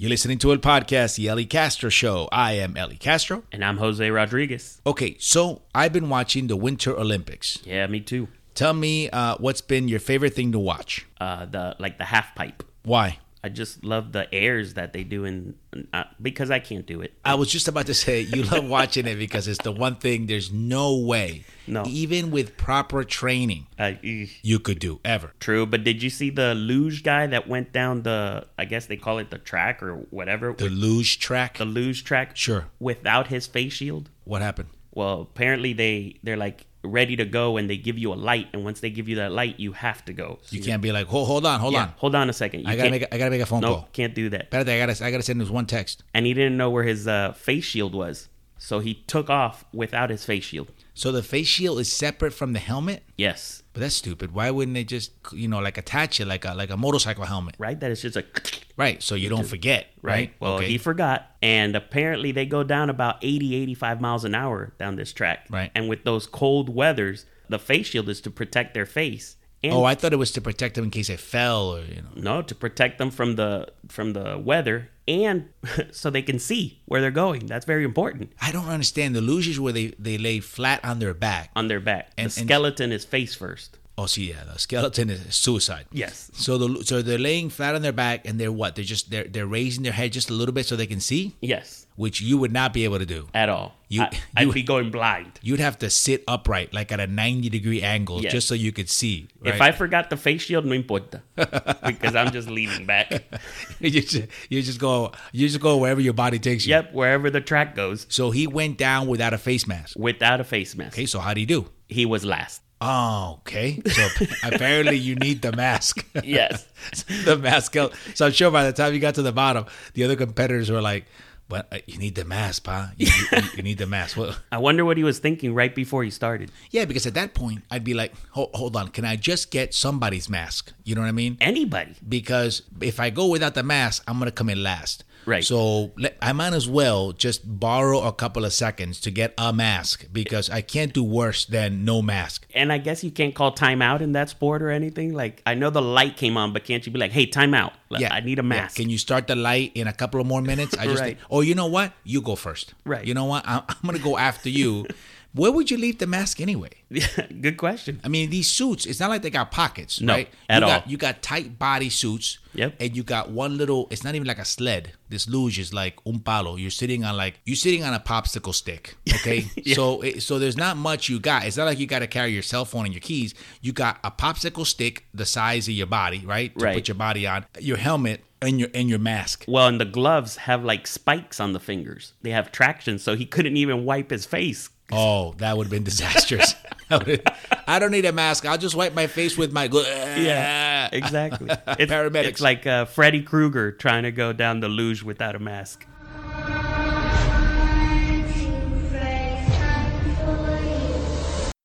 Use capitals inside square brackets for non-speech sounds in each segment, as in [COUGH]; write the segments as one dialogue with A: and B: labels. A: You're listening to a podcast, The Ellie Castro Show. I am Ellie Castro.
B: And I'm Jose Rodriguez.
A: Okay, so I've been watching the Winter Olympics.
B: Yeah, me too.
A: Tell me uh, what's been your favorite thing to watch.
B: Uh, the like the half pipe.
A: Why?
B: I just love the airs that they do in uh, because I can't do it.
A: I was just about to say you love watching it because it's the one thing there's no way,
B: No.
A: even with proper training,
B: Uh, eh,
A: you could do ever.
B: true, but did you see the luge guy that went down the? I guess they call it the track or whatever.
A: The
B: The,
A: luge track.
B: luge track.
A: Sure.
B: Without his face shield.
A: What happened?
B: Well, apparently they they're like ready to go and they give you a light and once they give you that light you have to go. So
A: You can't be like, hold, hold on, hold
B: yeah,
A: on.
B: Hold on a second. You
A: I gotta
B: can't-
A: make, a, I gotta make a phone
B: Nope,
A: call.
B: can't do that.
A: Espérate, I gotta, I gotta send this one text.
B: And he didn't know where his uh, face shield was, so he took off without his face shield.
A: So the face shield is separate from the helmet,
B: Yes,
A: but that's stupid. Why wouldn't they just, you know, like attach it like a like a motorcycle helmet,
B: right. That is just a [LAUGHS]
A: right? So you don't forget, right?
B: Well,
A: okay.
B: he forgot, and apparently they go down about 80, 85 miles an hour down this track.
A: Right.
B: And with those cold weathers, the face shield is to protect their face. And
A: oh, I thought it was to protect him in case it fell or you know.
B: No, to protect them from the from the weather and [LAUGHS] so they can see where they're going. That's very important
A: I don't understand the luges where they they lay flat on their back.
B: on their back.
A: And-
B: the
A: and-
B: skeleton is face first.
A: Oh, see, yeah, the skeleton is suicide.
B: Yes.
A: So the so they're laying flat on their back and they're what? They're just they're they're raising their head just a little bit so they can see,
B: Yes,
A: which you would not be able to do.
B: at all.
A: You- [LAUGHS]
B: I, I'd
A: you-
B: be going blind.
A: You'd have to sit upright, like at a ninety degree angle,
B: Yes.
A: just so you could see.
B: If
A: right?
B: I forgot the face shield, no importa, because I'm just
A: [LAUGHS]
B: leaning back.
A: [LAUGHS] you, just, you just go, you just go wherever your body takes you.
B: Yep, wherever the track goes,
A: So he went down without a face mask.
B: without a face mask,
A: Okay, so how do you do?
B: he
A: [LAUGHS]
B: was last.
A: Oh, okay. So apparently you need the mask.
B: Yes.
A: [LAUGHS] the mask. help. So I'm sure by the time you got to the bottom, the other competitors were like, "But uh, you need the mask, pa. You, you, you need the mask." Well, [LAUGHS]
B: I wonder what he was thinking right before he started.
A: yeah, because at that point I'd be like, "Hold, hold on, can I just get somebody's mask?" You know what I mean?
B: Anybody.
A: Because if I go without the mask, I'm gonna come in last.
B: Right.
A: So let, I might as well just borrow a couple of seconds to get a mask because I can't do worse than no mask.
B: And I guess you can't call timeout in that sport or anything. Like I know the light came on, but can't you be like, "Hey, timeout! Like, I need a
A: Yeah.
B: mask."
A: Can you start the light in a couple of more minutes? I just
B: [LAUGHS] Right.
A: oh, you know what? You go first.
B: Right.
A: You know what? I'm, I'm gonna go after you.
B: [LAUGHS]
A: Where would you leave the mask anyway?
B: [LAUGHS] Good question.
A: I mean, these suits. It's not like they got pockets,
B: No,
A: right?
B: at
A: you
B: all.
A: Got, you got tight body suits.
B: Yep.
A: And you got one little. It's not even like a sled. This luge is like un palo. You're sitting on like you're sitting on a popsicle
B: [LAUGHS]
A: stick. Okay. So it, so there's not much you got. It's not like you got to carry your cell phone and your keys. You got a popsicle stick the size of your body, right? To
B: Right.
A: Put your body on your helmet and your and your
B: [LAUGHS]
A: mask.
B: Well, and the gloves have like spikes on the fingers. They have traction, so he couldn't even wipe his face.
A: Oh, that would have been
B: [LAUGHS]
A: disastrous. [LAUGHS] That would've- I don't need a mask. I'll just wipe my face with my. Gl- [LAUGHS]
B: Yeah, exactly. It's,
A: Paramedics.
B: It's like uh, Freddy Krueger trying to go down the luge without a mask.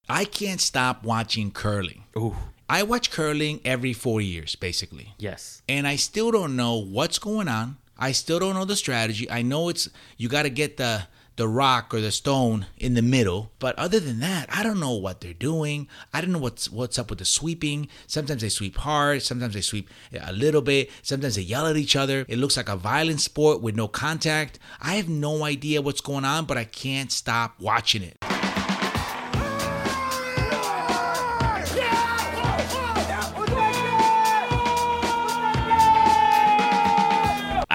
A: I can't stop watching curling.
B: Ooh,
A: I watch curling every four years, basically.
B: yes.
A: And I still don't know what's going on. I still don't know the strategy. I know it's you got to get the the rock or the stone in the middle, but other than that, I don't know what they're doing. I don't know what's what's up with the sweeping. Sometimes they sweep hard, sometimes they sweep a little bit, sometimes they yell at each other. It looks like a violent sport with no contact. I have no idea what's going on, but I can't stop watching it.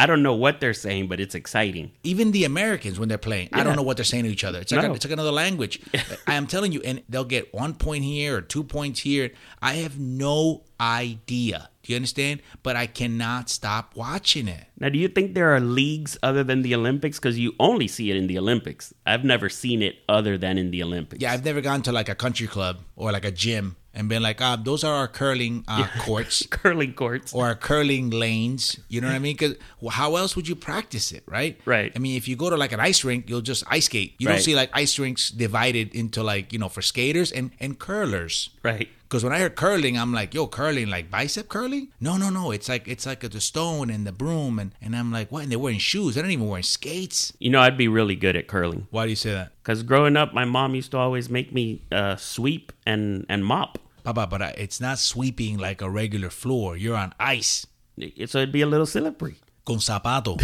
B: I don't know what they're saying, but it's exciting.
A: even the Americans when they're playing, I don't
B: Yeah.
A: know what they're saying to each other. It's like,
B: No.
A: it's like another language. [LAUGHS] I am telling you, and they'll get one point here or two points here. I have no idea. Do you understand? But I cannot stop watching it.
B: Now, do you think there are leagues other than the Olympics? Because you only see it in the Olympics. I've never seen it other than in the Olympics.
A: Yeah, I've never gone to like a country club or like a gym and been like, ah, those are our curling uh,
B: [LAUGHS]
A: courts.
B: [LAUGHS] curling courts.
A: or curling lanes. You know what I mean? Because how else would you practice it, right?
B: Right.
A: I mean, if you go to like an ice rink, you'll just ice skate. You don't
B: Right.
A: see like ice rinks divided into like you know for skaters and and curlers.
B: right.
A: Because when I heard curling, I'm like, yo, curling, like bicep curling? No, no, no. It's like it's like the stone and the broom, and and I'm like, what? And they're wearing shoes. They're not even wearing skates.
B: You know, I'd be really good at curling.
A: Why do you say that?
B: Because growing up, my mom used to always make me uh, sweep and, and mop.
A: Papa, but I, it's not sweeping like a regular floor. You're on ice.
B: It- So it'd be a little slippery.
A: con [LAUGHS] zapato.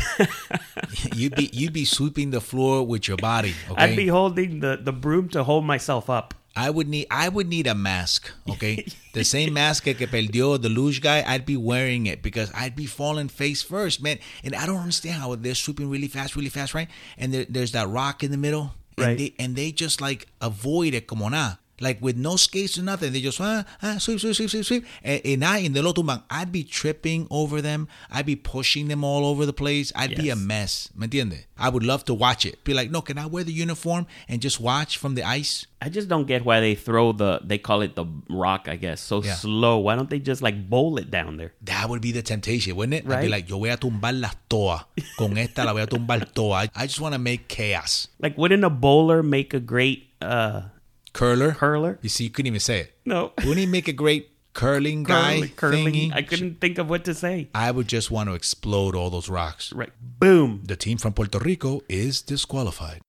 A: you'd be you'd be sweeping the floor with your body. Okay?
B: I'd be holding the, the broom to hold myself up.
A: I would need I would need a mask,
B: [LAUGHS]
A: okay? the same mask que perdió the luge guy, I'd be wearing it because I'd be falling face first, man. And I don't understand how they're swooping really fast, really fast, right? And there, there's that rock in the middle, and
B: Right.
A: They, and they just like avoid it como nada. Like with no skates or nothing, they just ah, ah, sweep, sweep, sweep, sweep, sweep. And, and I, in the lotu man, I'd be tripping over them. I'd be pushing them all over the place. I'd be a
B: Yes.
A: mess. ¿Me entiende? I would love to watch it. Be like, no, can I wear the uniform and just watch from the ice?
B: I just don't get why they throw the they call it the rock, I guess, so
A: Yeah.
B: slow. Why don't they just like bowl it down there?
A: That would be the temptation, wouldn't it? I'd be
B: Right?
A: like, yo voy a tumbar las todas. Con esta la voy a tumbar todas. I just want to make chaos.
B: Like wouldn't a bowler make a great uh
A: Curler.
B: curler?
A: you see, you couldn't even say it.
B: No.
A: Wouldn't he make a great curling guy?
B: [LAUGHS] Curling, curling.
A: thingy?
B: I couldn't think of what to say.
A: I would just want to explode all those rocks.
B: Right. Boom.
A: The team from Puerto Rico is disqualified.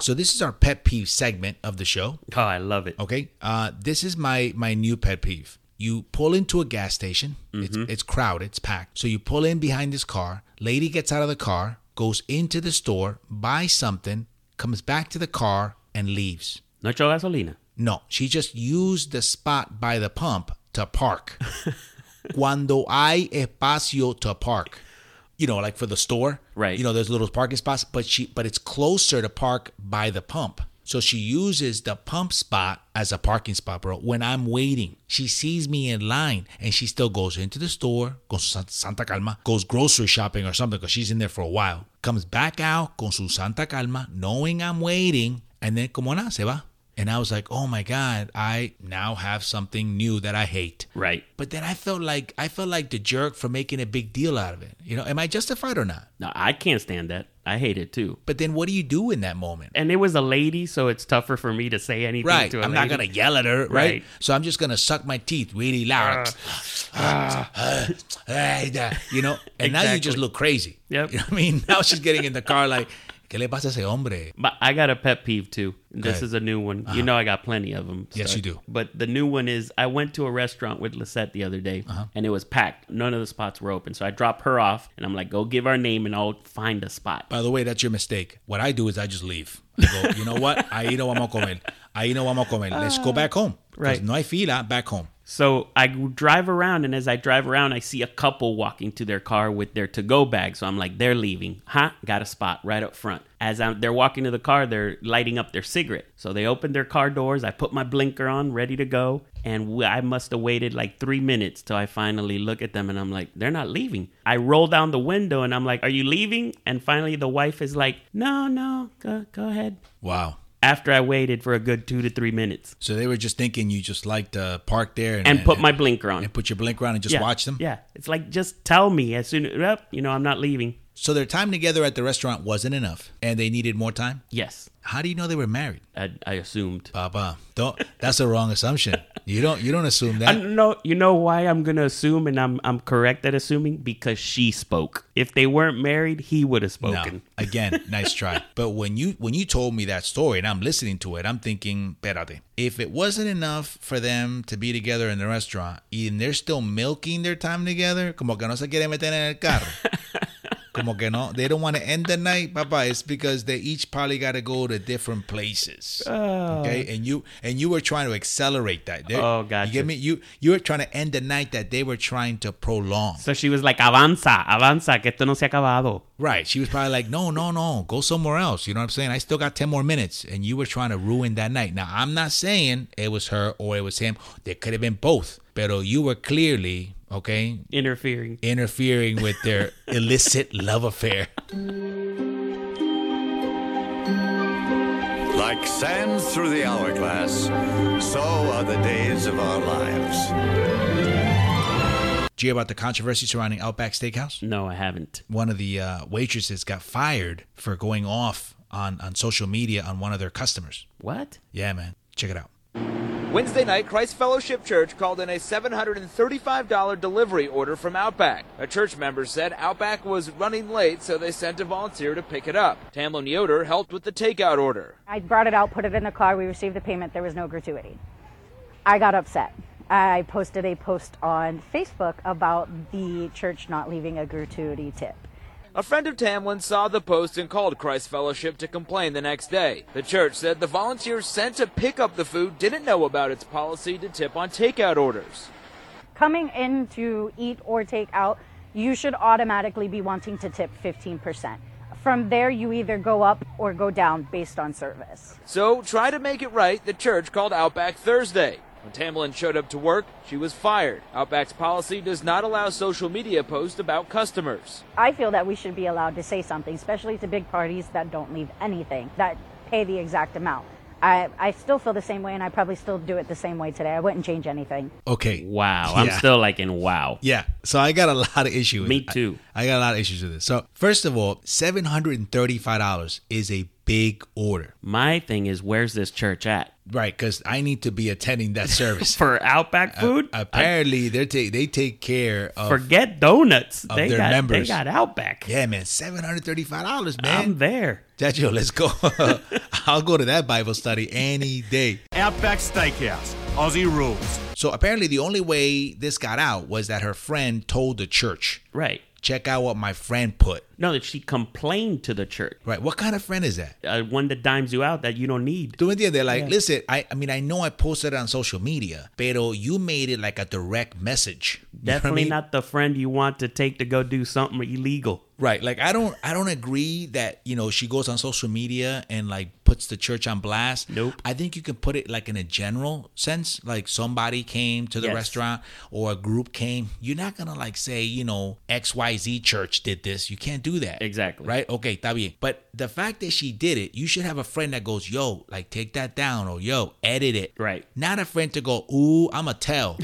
A: So this is our pet peeve segment of the show.
B: Oh, I love it.
A: Okay, uh, this is my my new pet peeve. You pull into a gas station. It's it's crowded. It's packed. So you pull in behind this car. Lady gets out of the car, goes into the store, buys something, comes back to the car, and leaves.
B: No echo gasolina.
A: No, she just used the spot by the pump to park. Cuando hay espacio to park. You know, like for the store.
B: Right.
A: You know, there's little parking spots, but she but it's closer to park by the pump. So she uses the pump spot as a parking spot, bro. When I'm waiting, she sees me in line and she still goes into the store, goes to Santa Calma, goes grocery shopping or something because she's in there for a while. Comes back out con su Santa Calma, knowing I'm waiting, and then como nada, se va. And I was like, oh my God, I now have something new that I hate.
B: Right.
A: But then I felt like I felt like the jerk for making a big deal out of it. You know, am I justified or not?
B: No, I can't stand that. I hate it too.
A: But then what do you do in that moment?
B: And it was a lady, so it's tougher for me to say anything
A: Right.
B: to a
A: I'm not
B: lady.
A: gonna yell at her, right?
B: Right.
A: So I'm just gonna suck my teeth really loud. [LAUGHS] uh, you know? And now you just
B: Uh, Exactly.
A: look crazy.
B: Yep.
A: [LAUGHS] You know what I mean? Now she's getting in the car like, ¿Qué le pasa a ese hombre?
B: But I got a pet peeve too. This
A: ahead.
B: is a new one. You know, I got plenty of them.
A: Uh-huh. Yes, you do.
B: But the new one is I went to a restaurant with Lisette the other day
A: Uh-huh.
B: and it was packed. None of the spots were open. So I dropped her off and I'm like, go give our name and I'll find a spot.
A: By the way, that's your mistake. What I do is I just leave. I go, you know what? Ahí no vamos a comer. Ahí no vamos a comer. Let's go back home. 'Cause
B: Right.
A: No hay fila, back home.
B: So I drive around, and as I drive around, I see a couple walking to their car with their to-go bag. So I'm like, they're leaving, huh? Got a spot right up front. As I'm, they're walking to the car, they're lighting up their cigarette. So they open their car doors. I put my blinker on, ready to go, and we, I must have waited like three minutes till I finally look at them, and I'm like, they're not leaving. I roll down the window, and I'm like, are you leaving? And finally, the wife is like, no, no, go, go ahead.
A: Wow.
B: After I waited for a good two to three minutes,
A: So they were just thinking you just like to park there and,
B: and put my blinker on.
A: and put your blinker on and just
B: Yeah,
A: watch them.
B: Yeah, it's like just tell me as soon. Yep, you know I'm not leaving.
A: So their time together at the restaurant wasn't enough, and they needed more time.
B: Yes,
A: How do you know they were married,
B: I, I assumed.
A: Papa? Don't. That's a wrong assumption. You don't. You don't assume that.
B: No, you know why I'm gonna assume, and I'm I'm correct at assuming because she spoke. If they weren't married, he would have
A: No.
B: spoken. [LAUGHS]
A: Again, nice try. But when you when you told me that story and I'm listening to it, I'm thinking, Perate. If it wasn't enough for them to be together in the restaurant and they're still milking their time together, como que no se quieren meter en el
B: [LAUGHS]
A: carro. Como que no, they don't want to end the night, Papa. It's because they each probably got to go to different places. Okay, and you and you were trying to accelerate that. They-
B: Oh,
A: You
B: gotcha.
A: get me? You you were trying to end the night that they were trying to prolong.
B: So she was like, "Avanza, avanza, que esto no se ha acabado."
A: Right. She was probably like, no, no, no, go somewhere else. You know what I'm saying? I still got 10 more minutes. And you were trying to ruin that night. Now, I'm not saying it was her or it was him. There could have been both. But you were clearly, okay,
B: Interfering.
A: interfering with
C: [LAUGHS]
A: their illicit love affair.
C: Like sands through the hourglass, so are the days of our lives.
A: Did you hear about the controversy surrounding Outback Steakhouse?
B: No, I haven't.
A: One of the uh, waitresses got fired for going off on, on social media on one of their customers.
B: What?
A: Yeah, man. Check it out.
D: Wednesday night, Christ Fellowship Church called in a $735 delivery order from Outback. A church member said Outback was running late, so they sent a volunteer to pick it up. Tamlin Yoder helped with the takeout order.
E: I brought it out, put it in the car, we received the payment, there was no gratuity. I got upset. I posted a post on Facebook about the church not leaving a gratuity tip.
D: A friend of Tamlin saw the post and called Christ Fellowship to complain the next day. The church said the volunteers sent to pick up the food didn't know about its policy to tip on takeout orders.
E: Coming in to eat or take out, you should automatically be wanting to tip 15%. From there, you either go up or go down based on service.
D: So, try to make it right, the church called Outback Thursday. When Tamlin showed up to work, she was fired. Outback's policy does not allow social media posts about customers.
E: I feel that we should be allowed to say something, especially to big parties that don't leave anything, that pay the exact amount. I, I still feel the same way, and I probably still do it the same way today. I wouldn't change anything.
A: Okay.
B: Wow. I'm
A: Yeah.
B: still like in wow.
A: Yeah. So I got a lot of issues. with
B: Me
A: it. I-
B: too.
A: I, got a lot of issues with this. So first of all, seven hundred and thirty-five dollars is a big order,
B: My thing is, where's this church at?
A: right? Because I need to be attending
B: [LAUGHS]
A: that service.
B: For
A: Uh,
B: Outback food?
A: Apparently, they take they take care of.
B: Forget donuts.
A: of
B: they
A: their
B: got
A: members.
B: they got Outback.
A: yeah, man, seven hundred thirty-five dollars,
B: I'm
A: man.
B: there.
A: Jajo, let's go. [LAUGHS] I'll go to that Bible study any day.
F: Outback Steakhouse, Aussie rules.
A: So apparently, the only way this got out was that her friend told the church,
B: Right.
A: "Check out what my friend put."
B: No, that she complained to the church.
A: Right? What kind of friend is that?
B: Uh, one that dimes you out that you don't need.
A: Do entiendes? Like, listen, I, I mean, I know I posted it on social media, pero you made it like a direct message. You know what I
B: Definitely
A: mean?
B: not the friend you want to take to go do something illegal.
A: Right. Like, I don't, I don't agree that you know she goes on social media and like puts the church on blast.
B: Nope.
A: I think you can put it like in a general sense, like somebody came to the
B: Yes.
A: restaurant or a group came. You're not gonna like say, you know, X Y Z church did this. You can't do that.
B: Exactly.
A: Right. Okay. Está bien. But the fact that she did it, you should have a friend that goes, yo, like take that down or yo, edit it.
B: Right.
A: Not a friend to go, ooh, I'm going to tell.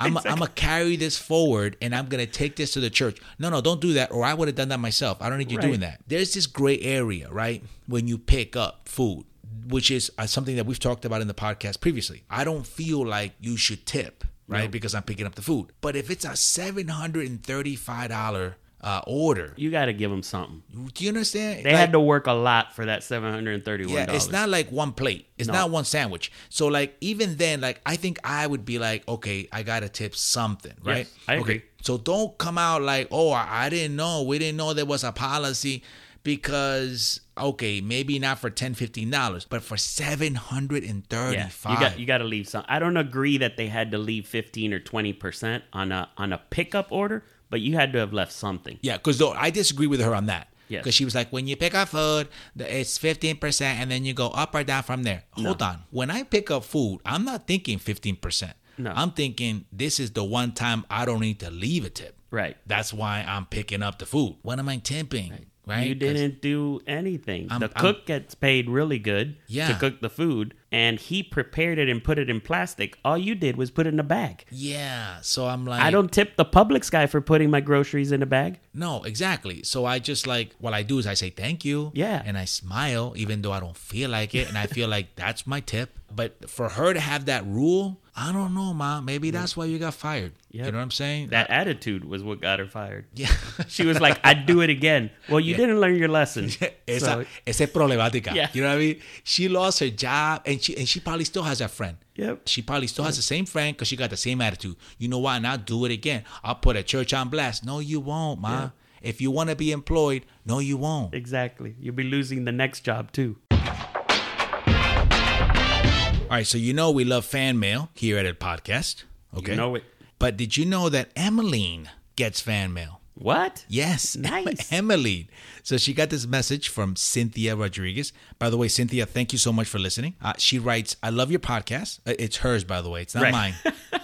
A: I'm going to carry this forward and I'm going to take this to the church. No, no, don't do that. Or I would have done that myself. I don't need you doing that. There's this gray area, right? When you pick up food, which is uh, something that we've talked about in the podcast previously. I don't feel like you should tip, right? Because I'm picking up the food. But if it's a $735 uh, order,
B: You got to give them something.
A: do you understand?
B: They
A: Like-
B: had to work a lot for that seven hundred and thirty-one
A: yeah,
B: dollars.
A: it's not like one plate. It's not one sandwich. So like even then, like I think I would be like, okay, I gotta tip something, right?
B: I
A: okay.
B: agree.
A: So don't come out like, oh, I, I didn't know. We didn't know there was a policy because okay, maybe not for ten, fifteen dollars, but for seven hundred and
B: yeah,
A: thirty-five.
B: you got you got to leave some. I don't agree that they had to leave fifteen or twenty percent on a on a pickup order, but you had to have left something.
A: Yeah, because though I disagree with her on that.
B: Yes.
A: Because she was like, when you pick up food, the- it's 15%, and then you go up or down from there. Hold on. When I pick up food, I'm not thinking 15%.
B: No.
A: I'm thinking this is the one time I don't need to leave a tip.
B: Right.
A: That's why I'm picking up the food. What am I tipping? Right.
B: You
A: 'Cause-
B: didn't do anything.
A: I'm-
B: the
A: I'm-
B: cook gets paid really good
A: Yeah.
B: to cook the food, and he prepared it and put it in plastic. All you did was put it in a bag.
A: Yeah. So I'm like,
B: I don't tip the Publix guy for putting my groceries in a bag.
A: No, exactly. So I just like what I do is I say thank you.
B: Yeah.
A: And I smile even though I don't feel like it. And I feel like that's my tip. But for her to have that rule, I don't know, ma. Maybe that's why you got fired. You
B: Yep.
A: know what I'm saying?
B: [LAUGHS] That attitude was what got her fired.
A: [LAUGHS] yeah.
B: She was like, "I'd do it again." Well, you didn't learn your [LAUGHS] lesson.
A: Esa,
B: So-
A: esa es problemática.
B: Yeah.
A: You know what I mean? She lost her job and she and she probably still has that friend.
B: Yep.
A: She probably still has the same friend because she got the same attitude. You know what? And I'll do it again. I'll put a church on blast. No, you won't, ma. If you want to be employed, no, you won't.
B: Exactly. You'll be losing the next job too.
A: All right, so you know we love fan mail here at a podcast. Okay.
B: know it.
A: But did you know that Emmeline gets fan mail?
B: What?
A: Yes. [LAUGHS]
B: Nice.
A: Emmeline. So she got this message from Cynthia Rodriguez. By the way, Cynthia, thank you so much for listening. Uh, she writes, I love your podcast. Uh, It's hers, by the way. It's not
B: Right. [LAUGHS]
A: mine.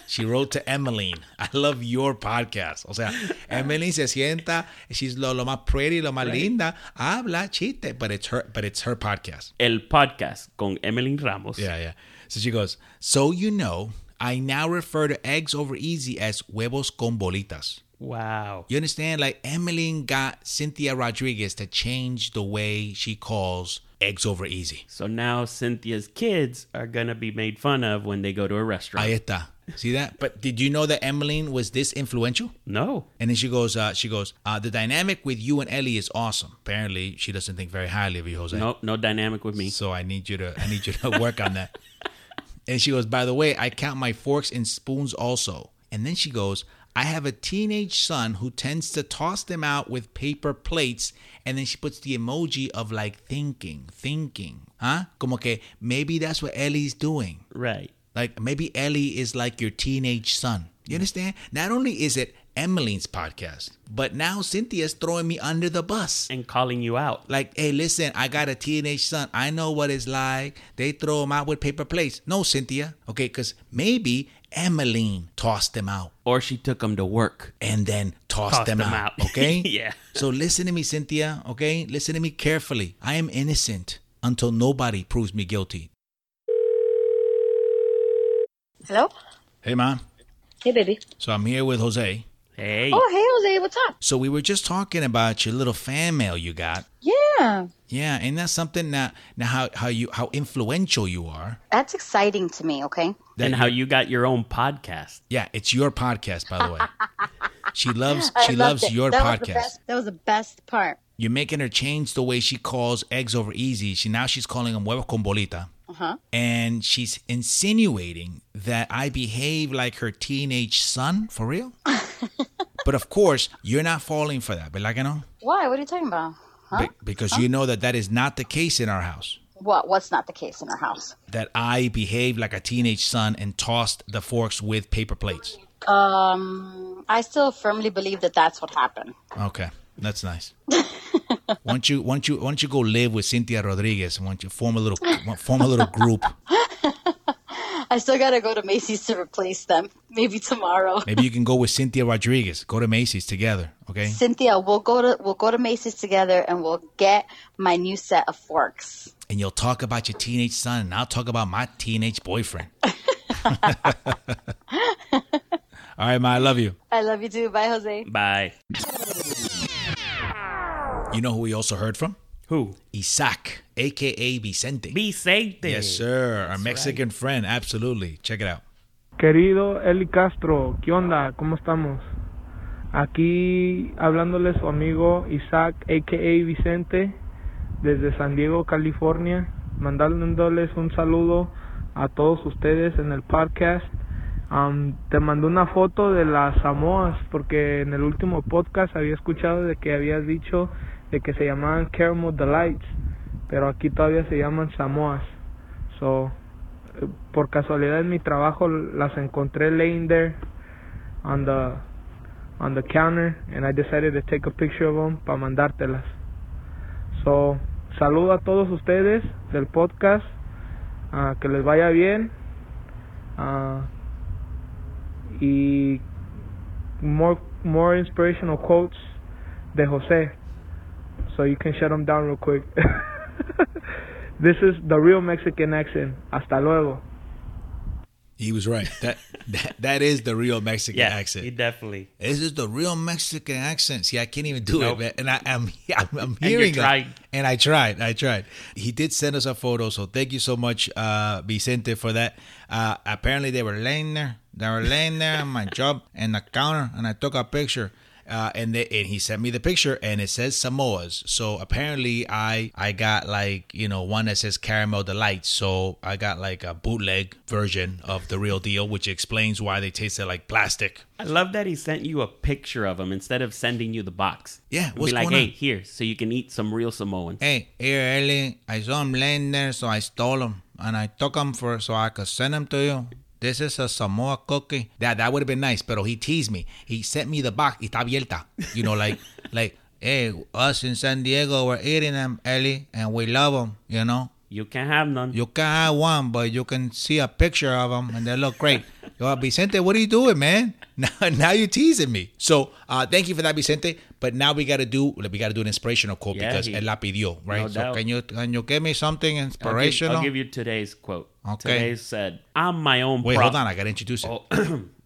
A: she wrote to Emmeline, I love your podcast. O sea, Emmeline se sienta, she's lo, lo más pretty, lo más linda, habla chiste, but it's her, but it's her podcast.
B: El podcast con Emily Ramos.
A: Yeah, yeah. So she goes, So you know, I now refer to eggs over easy as huevos con bolitas.
B: Wow.
A: You understand? Like, Emmeline got Cynthia Rodriguez to change the way she calls eggs over easy.
B: So now Cynthia's kids are gonna be made fun of when they go to a restaurant.
A: Ahí está. See that? But did you know that Emmeline was this influential?
B: no.
A: And then she goes, uh, she goes, uh, the dynamic with you and Ellie is awesome. Apparently, she doesn't think very highly of you, Jose.
B: No, no dynamic with
A: [LAUGHS]
B: me.
A: So I need you to, I need you to work on that. And she goes, By the way, I count my forks and spoons also. And then she goes, I have a teenage son who tends to toss them out with paper plates. And then she puts the emoji of like thinking, thinking. Huh? Como que maybe that's what Ellie's doing.
B: Right.
A: Like maybe Ellie is like your teenage son. You understand? Not only is it Emmeline's podcast, but now Cynthia's throwing me under the bus.
B: And calling you out.
A: Like, hey, listen, I got a teenage son. I know what it's like. They throw him out with paper plates. No, Cynthia. Okay, because maybe Emmeline tossed them out
B: Or she took them to work.
A: and then tossed,
B: Tossed
A: them,
B: them
A: out.
B: out.
A: Okay?
B: Yeah.
A: So listen to me, Cynthia. Okay? Listen to me carefully. I am innocent until nobody proves me guilty.
G: Hello?
A: Hey, mom.
G: Hey, baby.
A: So I'm here with Jose.
B: Hey.
G: Oh, hey, Jose. What's up?
A: So we were just talking about your little fan mail you got.
G: Yeah.
A: Yeah, ain't that something that now how, how you how influential you are.
G: That's exciting to me, okay?
A: That
B: and how you got your own podcast.
A: Yeah, it's your podcast, by the
G: [LAUGHS]
A: way. she loves
G: I
A: she loves
G: loved it.
A: your
G: that Was the
A: podcast.
G: best, that was the best part.
A: You're making her change the way she calls eggs over easy. She now she's calling them huevo con bolita. Uh-huh. And she's insinuating that I behave like her teenage son for real.
G: [LAUGHS]
A: but of course, you're not falling for that, ¿verdad que no?
G: Why? What are you talking about? Huh?
A: Be- because you know that that is not the case in our house.
G: What? What's not the case in our house?
A: That I behaved like a teenage son and tossed the forks with paper plates.
G: Um, I still firmly believe that that's what happened.
A: Okay, that's nice. [LAUGHS] why don't you, why don't you, why don't you go live with Cynthia Rodriguez? Why don't you form a little, form a little group?
G: I still gotta go to Macy's to replace them. Maybe tomorrow.
A: Maybe you can go with Cynthia Rodriguez. Go to Macy's together. Okay.
G: Cynthia, we'll go to we'll go to Macy's together and we'll get my new set of forks.
A: And you'll talk about your teenage son, and I'll talk about my teenage boyfriend. All right, Ma, I love you.
G: I love you too. Bye, Jose.
B: By
A: You know who we also heard from?
B: who?
A: Isaac, aka Vicente.
B: Vicente.
A: yes, sir. Our Mexican friend. Absolutely. Check it out.
H: Querido Eli Castro, ¿qué onda? ¿Cómo estamos? Aquí hablándole su amigo Isaac, a.k.a. Vicente, desde San Diego, California, mandándoles un saludo a todos ustedes en el podcast. Am, te mandé una foto de las Samoas, porque en el último podcast había escuchado de que habías dicho de que se llamaban Caramel Delights, pero aquí todavía se llaman Samoas. So, eh, por casualidad en mi trabajo las encontré laying there on the on the counter and I decided to take a picture of them para mandártelas. So, saludo a todos ustedes del podcast, ah, que les vaya bien ah, y more more inspirational quotes de José. So you can shut them down real quick. [LAUGHS] this is the real Mexican accent. Hasta luego.
A: He was right. That that, that is the real Mexican
B: Yeah,
A: accent.
B: you definitely.
A: This is the real Mexican accent. See, I can't even do it,
B: Nope.
A: man. And I, I'm, [LAUGHS] I'm, I'm
B: you're
A: hearing it.
B: trying.
A: And I tried. I tried. He did send us a photo. So thank you so much, uh, Vicente, for that. Uh, apparently, they were laying there. They were laying there on my job [LAUGHS] and the counter. And I took a picture. Uh, and they, and he sent me the picture and it says Samoa's. So apparently I I got like you know one that says Caramel Delight. So I got like a bootleg version of the real deal, which explains why they tasted like plastic.
B: I love that he sent you a picture of him instead of sending you the box.
A: Yeah,
B: Be
A: what's
B: like,
A: going
B: hey,
A: on?"
B: here, so you can eat some real Samoan.
A: Hey, here, Ellie, I saw him laying there, so I stole him and I took him for so I could send him to you. This is a Samoa cookie. That that would have been nice, but he teased me. He sent me the box. Está abierta. You know, like [LAUGHS] like hey, us in San Diego, we're eating them, Ellie, and we love them. You know,
B: You can't have none.
A: you can have one, but you can see a picture of them, and they look great. [LAUGHS] Yo, Vicente, what are you doing, man? [LAUGHS] Now, now you're teasing me. So, uh, thank you for that, Vicente. But now we gotta do we gotta do an inspirational quote
B: Yeah,
A: because
B: he-
A: él la pidió, right?
B: no
A: so
B: doubt.
A: can you can you give me something
B: I'll give-
A: inspirational?
B: I'll give, you today's quote.
A: Okay.
B: Today's said, I'm my own
A: Wait,
B: prop-
A: hold on, I gotta introduce it.
B: Oh,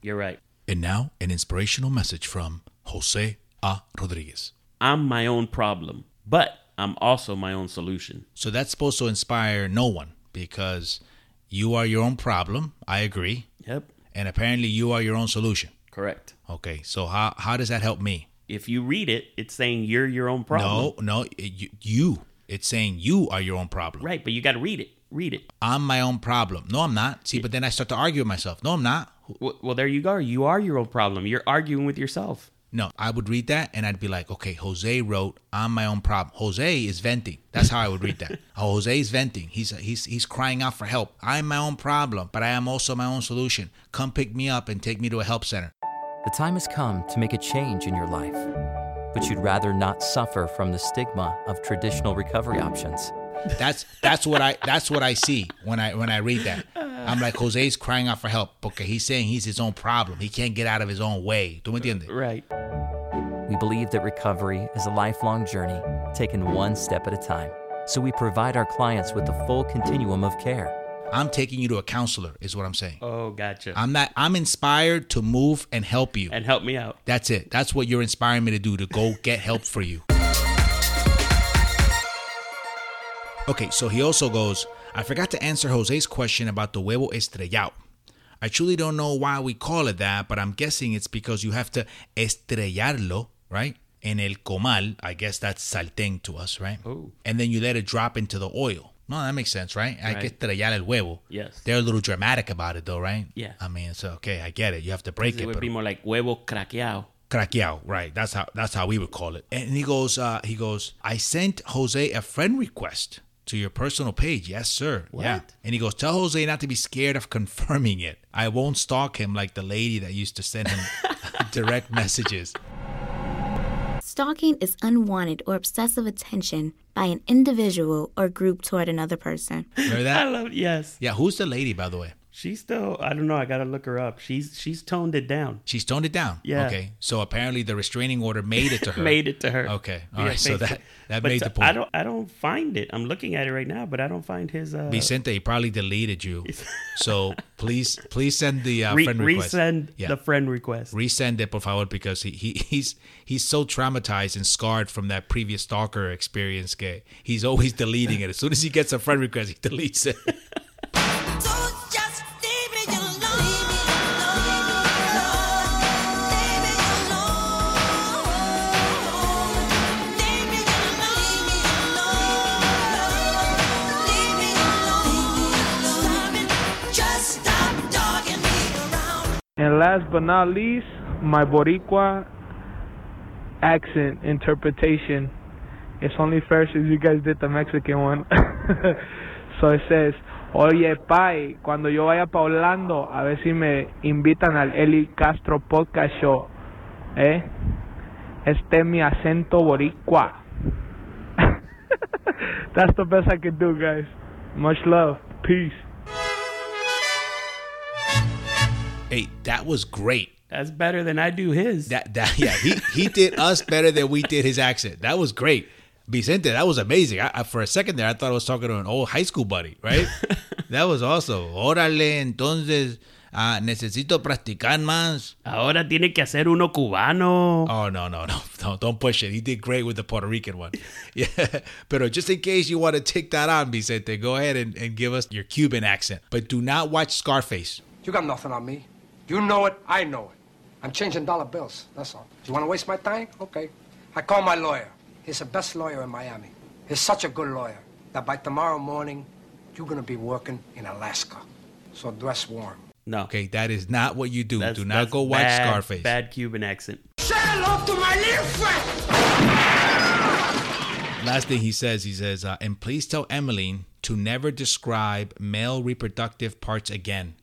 B: you're right.
A: And now an inspirational message from Jose A. Rodriguez.
B: I'm my own problem, but I'm also my own solution.
A: So that's supposed to inspire no one because you are your own problem. I agree,
B: Yep.
A: and apparently you are your own solution.
B: Correct.
A: Okay, so how how does that help me?
B: If you read it, it's saying you're your own problem.
A: No, no, you, you It's saying you are your own problem.
B: Right, but you got to read it. Read it.
A: I'm my own problem. No, I'm not. See, but then I start to argue with myself. No, I'm not.
B: Well, well, there you go. You are your own problem. You're arguing with yourself.
A: No, I would read that and I'd be like, okay, Jose wrote, I'm my own problem. Jose is venting. That's how I would read
B: [LAUGHS]
A: that. oh, Jose is venting. He's, he's, he's crying out for help. I'm my own problem, but I am also my own solution. Come pick me up and take me to a help center.
I: The time has come to make a change in your life, but you'd rather not suffer from the stigma of traditional recovery options.
A: That's that's what I that's what I see when I when I read that. I'm like Jose's crying out for help because he's saying he's his own problem. He can't get out of his own way. ¿Tú me entiendes?
B: Right.
I: We believe that recovery is a lifelong journey taken one step at a time, so we provide our clients with the full continuum of care.
A: I'm taking you to a counselor is what I'm saying.
B: Oh, gotcha.
A: I'm not I'm inspired to move and help you.
B: and help me out.
A: That's it. That's what you're inspiring me to do to go get help for you. Okay, so he also goes, I forgot to answer Jose's question about the huevo estrellado. I truly don't know why we call it that, but I'm guessing it's because you have to estrellarlo, right? In el comal, I guess that's saltén to us, right?
B: Oh.
A: And then you let it drop into the oil. No, that makes sense, right? Hay que
B: Right.
A: estrellar el huevo.
B: Yes.
A: They're a little dramatic about it, though, right?
B: Yeah.
A: I mean, so okay, I get it. You have to break
B: It
A: it.
B: would
A: pero-
B: be more like huevo craqueado.
A: Craqueado, right? That's how that's how we would call it. And he goes, uh, he goes, I sent Jose a friend request to your personal page. Yes, sir. Yeah.
B: What?
A: And he goes, tell Jose not to be scared of confirming it. I won't stalk him like the lady that used to send him [LAUGHS] direct messages.
J: Stalking is unwanted or obsessive attention by an individual or group toward another person.
A: Remember
B: I
A: that?
B: love yes.
A: Yeah. Who's the lady, by the way?
B: She's still I don't know, I gotta look her up. She's she's toned it down.
A: She's toned it down.
B: Yeah.
A: Okay. So apparently the restraining order made it to her.
B: made it to her.
A: Okay. All
B: Yeah,
A: right. So
B: basically.
A: that that
B: But
A: made
B: so-
A: the point.
B: I don't I don't find it. I'm looking at it right now, but I don't find his uh
A: Vicente, he probably deleted
B: [LAUGHS]
A: you. So please, please send the uh,
B: re-
A: friend request.
B: resend
A: Yeah.
B: the friend request.
A: resend it por favor because he, he he's he's so traumatized and scarred from that previous stalker experience que he's always deleting it as soon as he gets a friend request he deletes it
H: And last but not least, my Boricua accent interpretation. It's only fair since you guys did the Mexican one. [LAUGHS] so it says, Oye, Pai, cuando yo vaya pa' Orlando, a ver si me invitan al Eli Castro Podcast Show. ¿Eh? Este es mi acento Boricua. [LAUGHS] That's the best I could do, guys. Much love. Peace.
A: [LAUGHS] hey that was great
B: That's better than I do his.
A: that that yeah he he did us better than we did his accent that was great Vicente that was amazing I, I, for a second there I thought I was talking to an old high school buddy right [LAUGHS] that was awesome órale entonces ah, necesito practicar más
B: Ahora tiene que hacer uno cubano.
A: Oh no no [LAUGHS] no no! Don't push it. He did great with the Puerto Rican one. [LAUGHS] Yeah, but just in case you want to take that on, Vicente, go ahead and, and give us your Cuban accent. But do not watch Scarface.
K: You got nothing on me. You know it, I know it. I'm changing dollar bills, that's all. You want to waste my time? Okay. I call my lawyer. He's the best lawyer in Miami. He's such a good lawyer that by tomorrow morning, you're going to be working in Alaska. So dress warm.
B: No.
A: Okay, that is not what you do.
B: That's-
A: do
B: that's
A: not go watch
B: bad-
A: Scarface.
B: Bad Cuban accent. [LAUGHS]
K: Say hello to my little friend!
A: Last thing he says, he says, uh, and please tell Emmeline to never describe male reproductive parts again.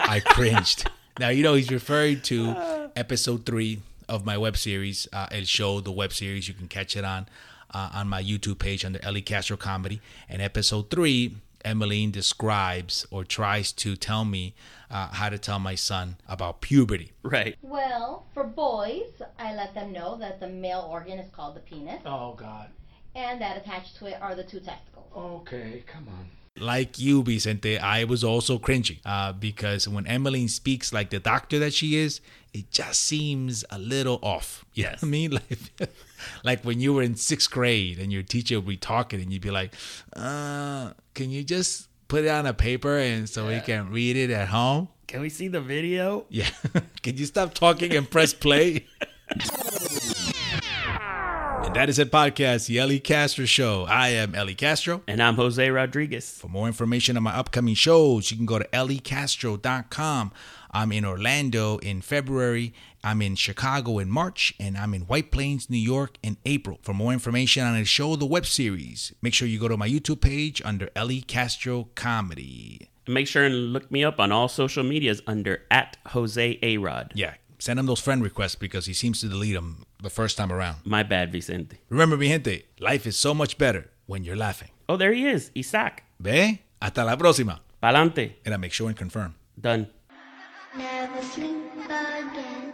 A: I cringed. Now, you know, he's referring to episode three of my web series, uh, El Show, the web series. You can catch it on uh, on my YouTube page under Ellie Castro Comedy. And episode three, Emmeline describes or tries to tell me uh, how to tell my son about puberty.
B: Right.
J: Well, for boys, I let them know that the male organ is called the penis,
K: Oh, God.
J: and that attached to it are the two testicles.
K: Okay, come on.
A: like you, Vicente, I was also cringing uh, because when Emmeline speaks like the doctor that she is, it just seems a little off. You know what I mean? [LAUGHS] Like, like when you were in sixth grade and your teacher would be talking and you'd be like, uh, can you just put it on a paper and so we can read it at home? [LAUGHS]
B: Can we see the video?
A: Yeah. [LAUGHS] can you stop talking and press play? And that is it, podcast, the Ellie Castro Show. I am Ellie Castro.
B: And I'm Jose Rodriguez.
A: For more information on my upcoming shows, you can go to E elliecastro.com. I'm in Orlando in February. I'm in Chicago in March, and I'm in White Plains, New York in April. For more information on the show, the web series, make sure you go to my YouTube page under Ellie Castro Comedy.
B: Make sure and look me up on all social medias under at Jose Arod.
A: Yeah, send him those friend requests because he seems to delete them the first time around.
B: My bad, Vicente.
A: Remember, mi gente, life is so much better when you're laughing.
B: Oh, there he is, Isaac.
A: Ve, hasta la próxima.
B: Palante.
A: And I make sure and confirm.
B: Done.
L: Never sleep again.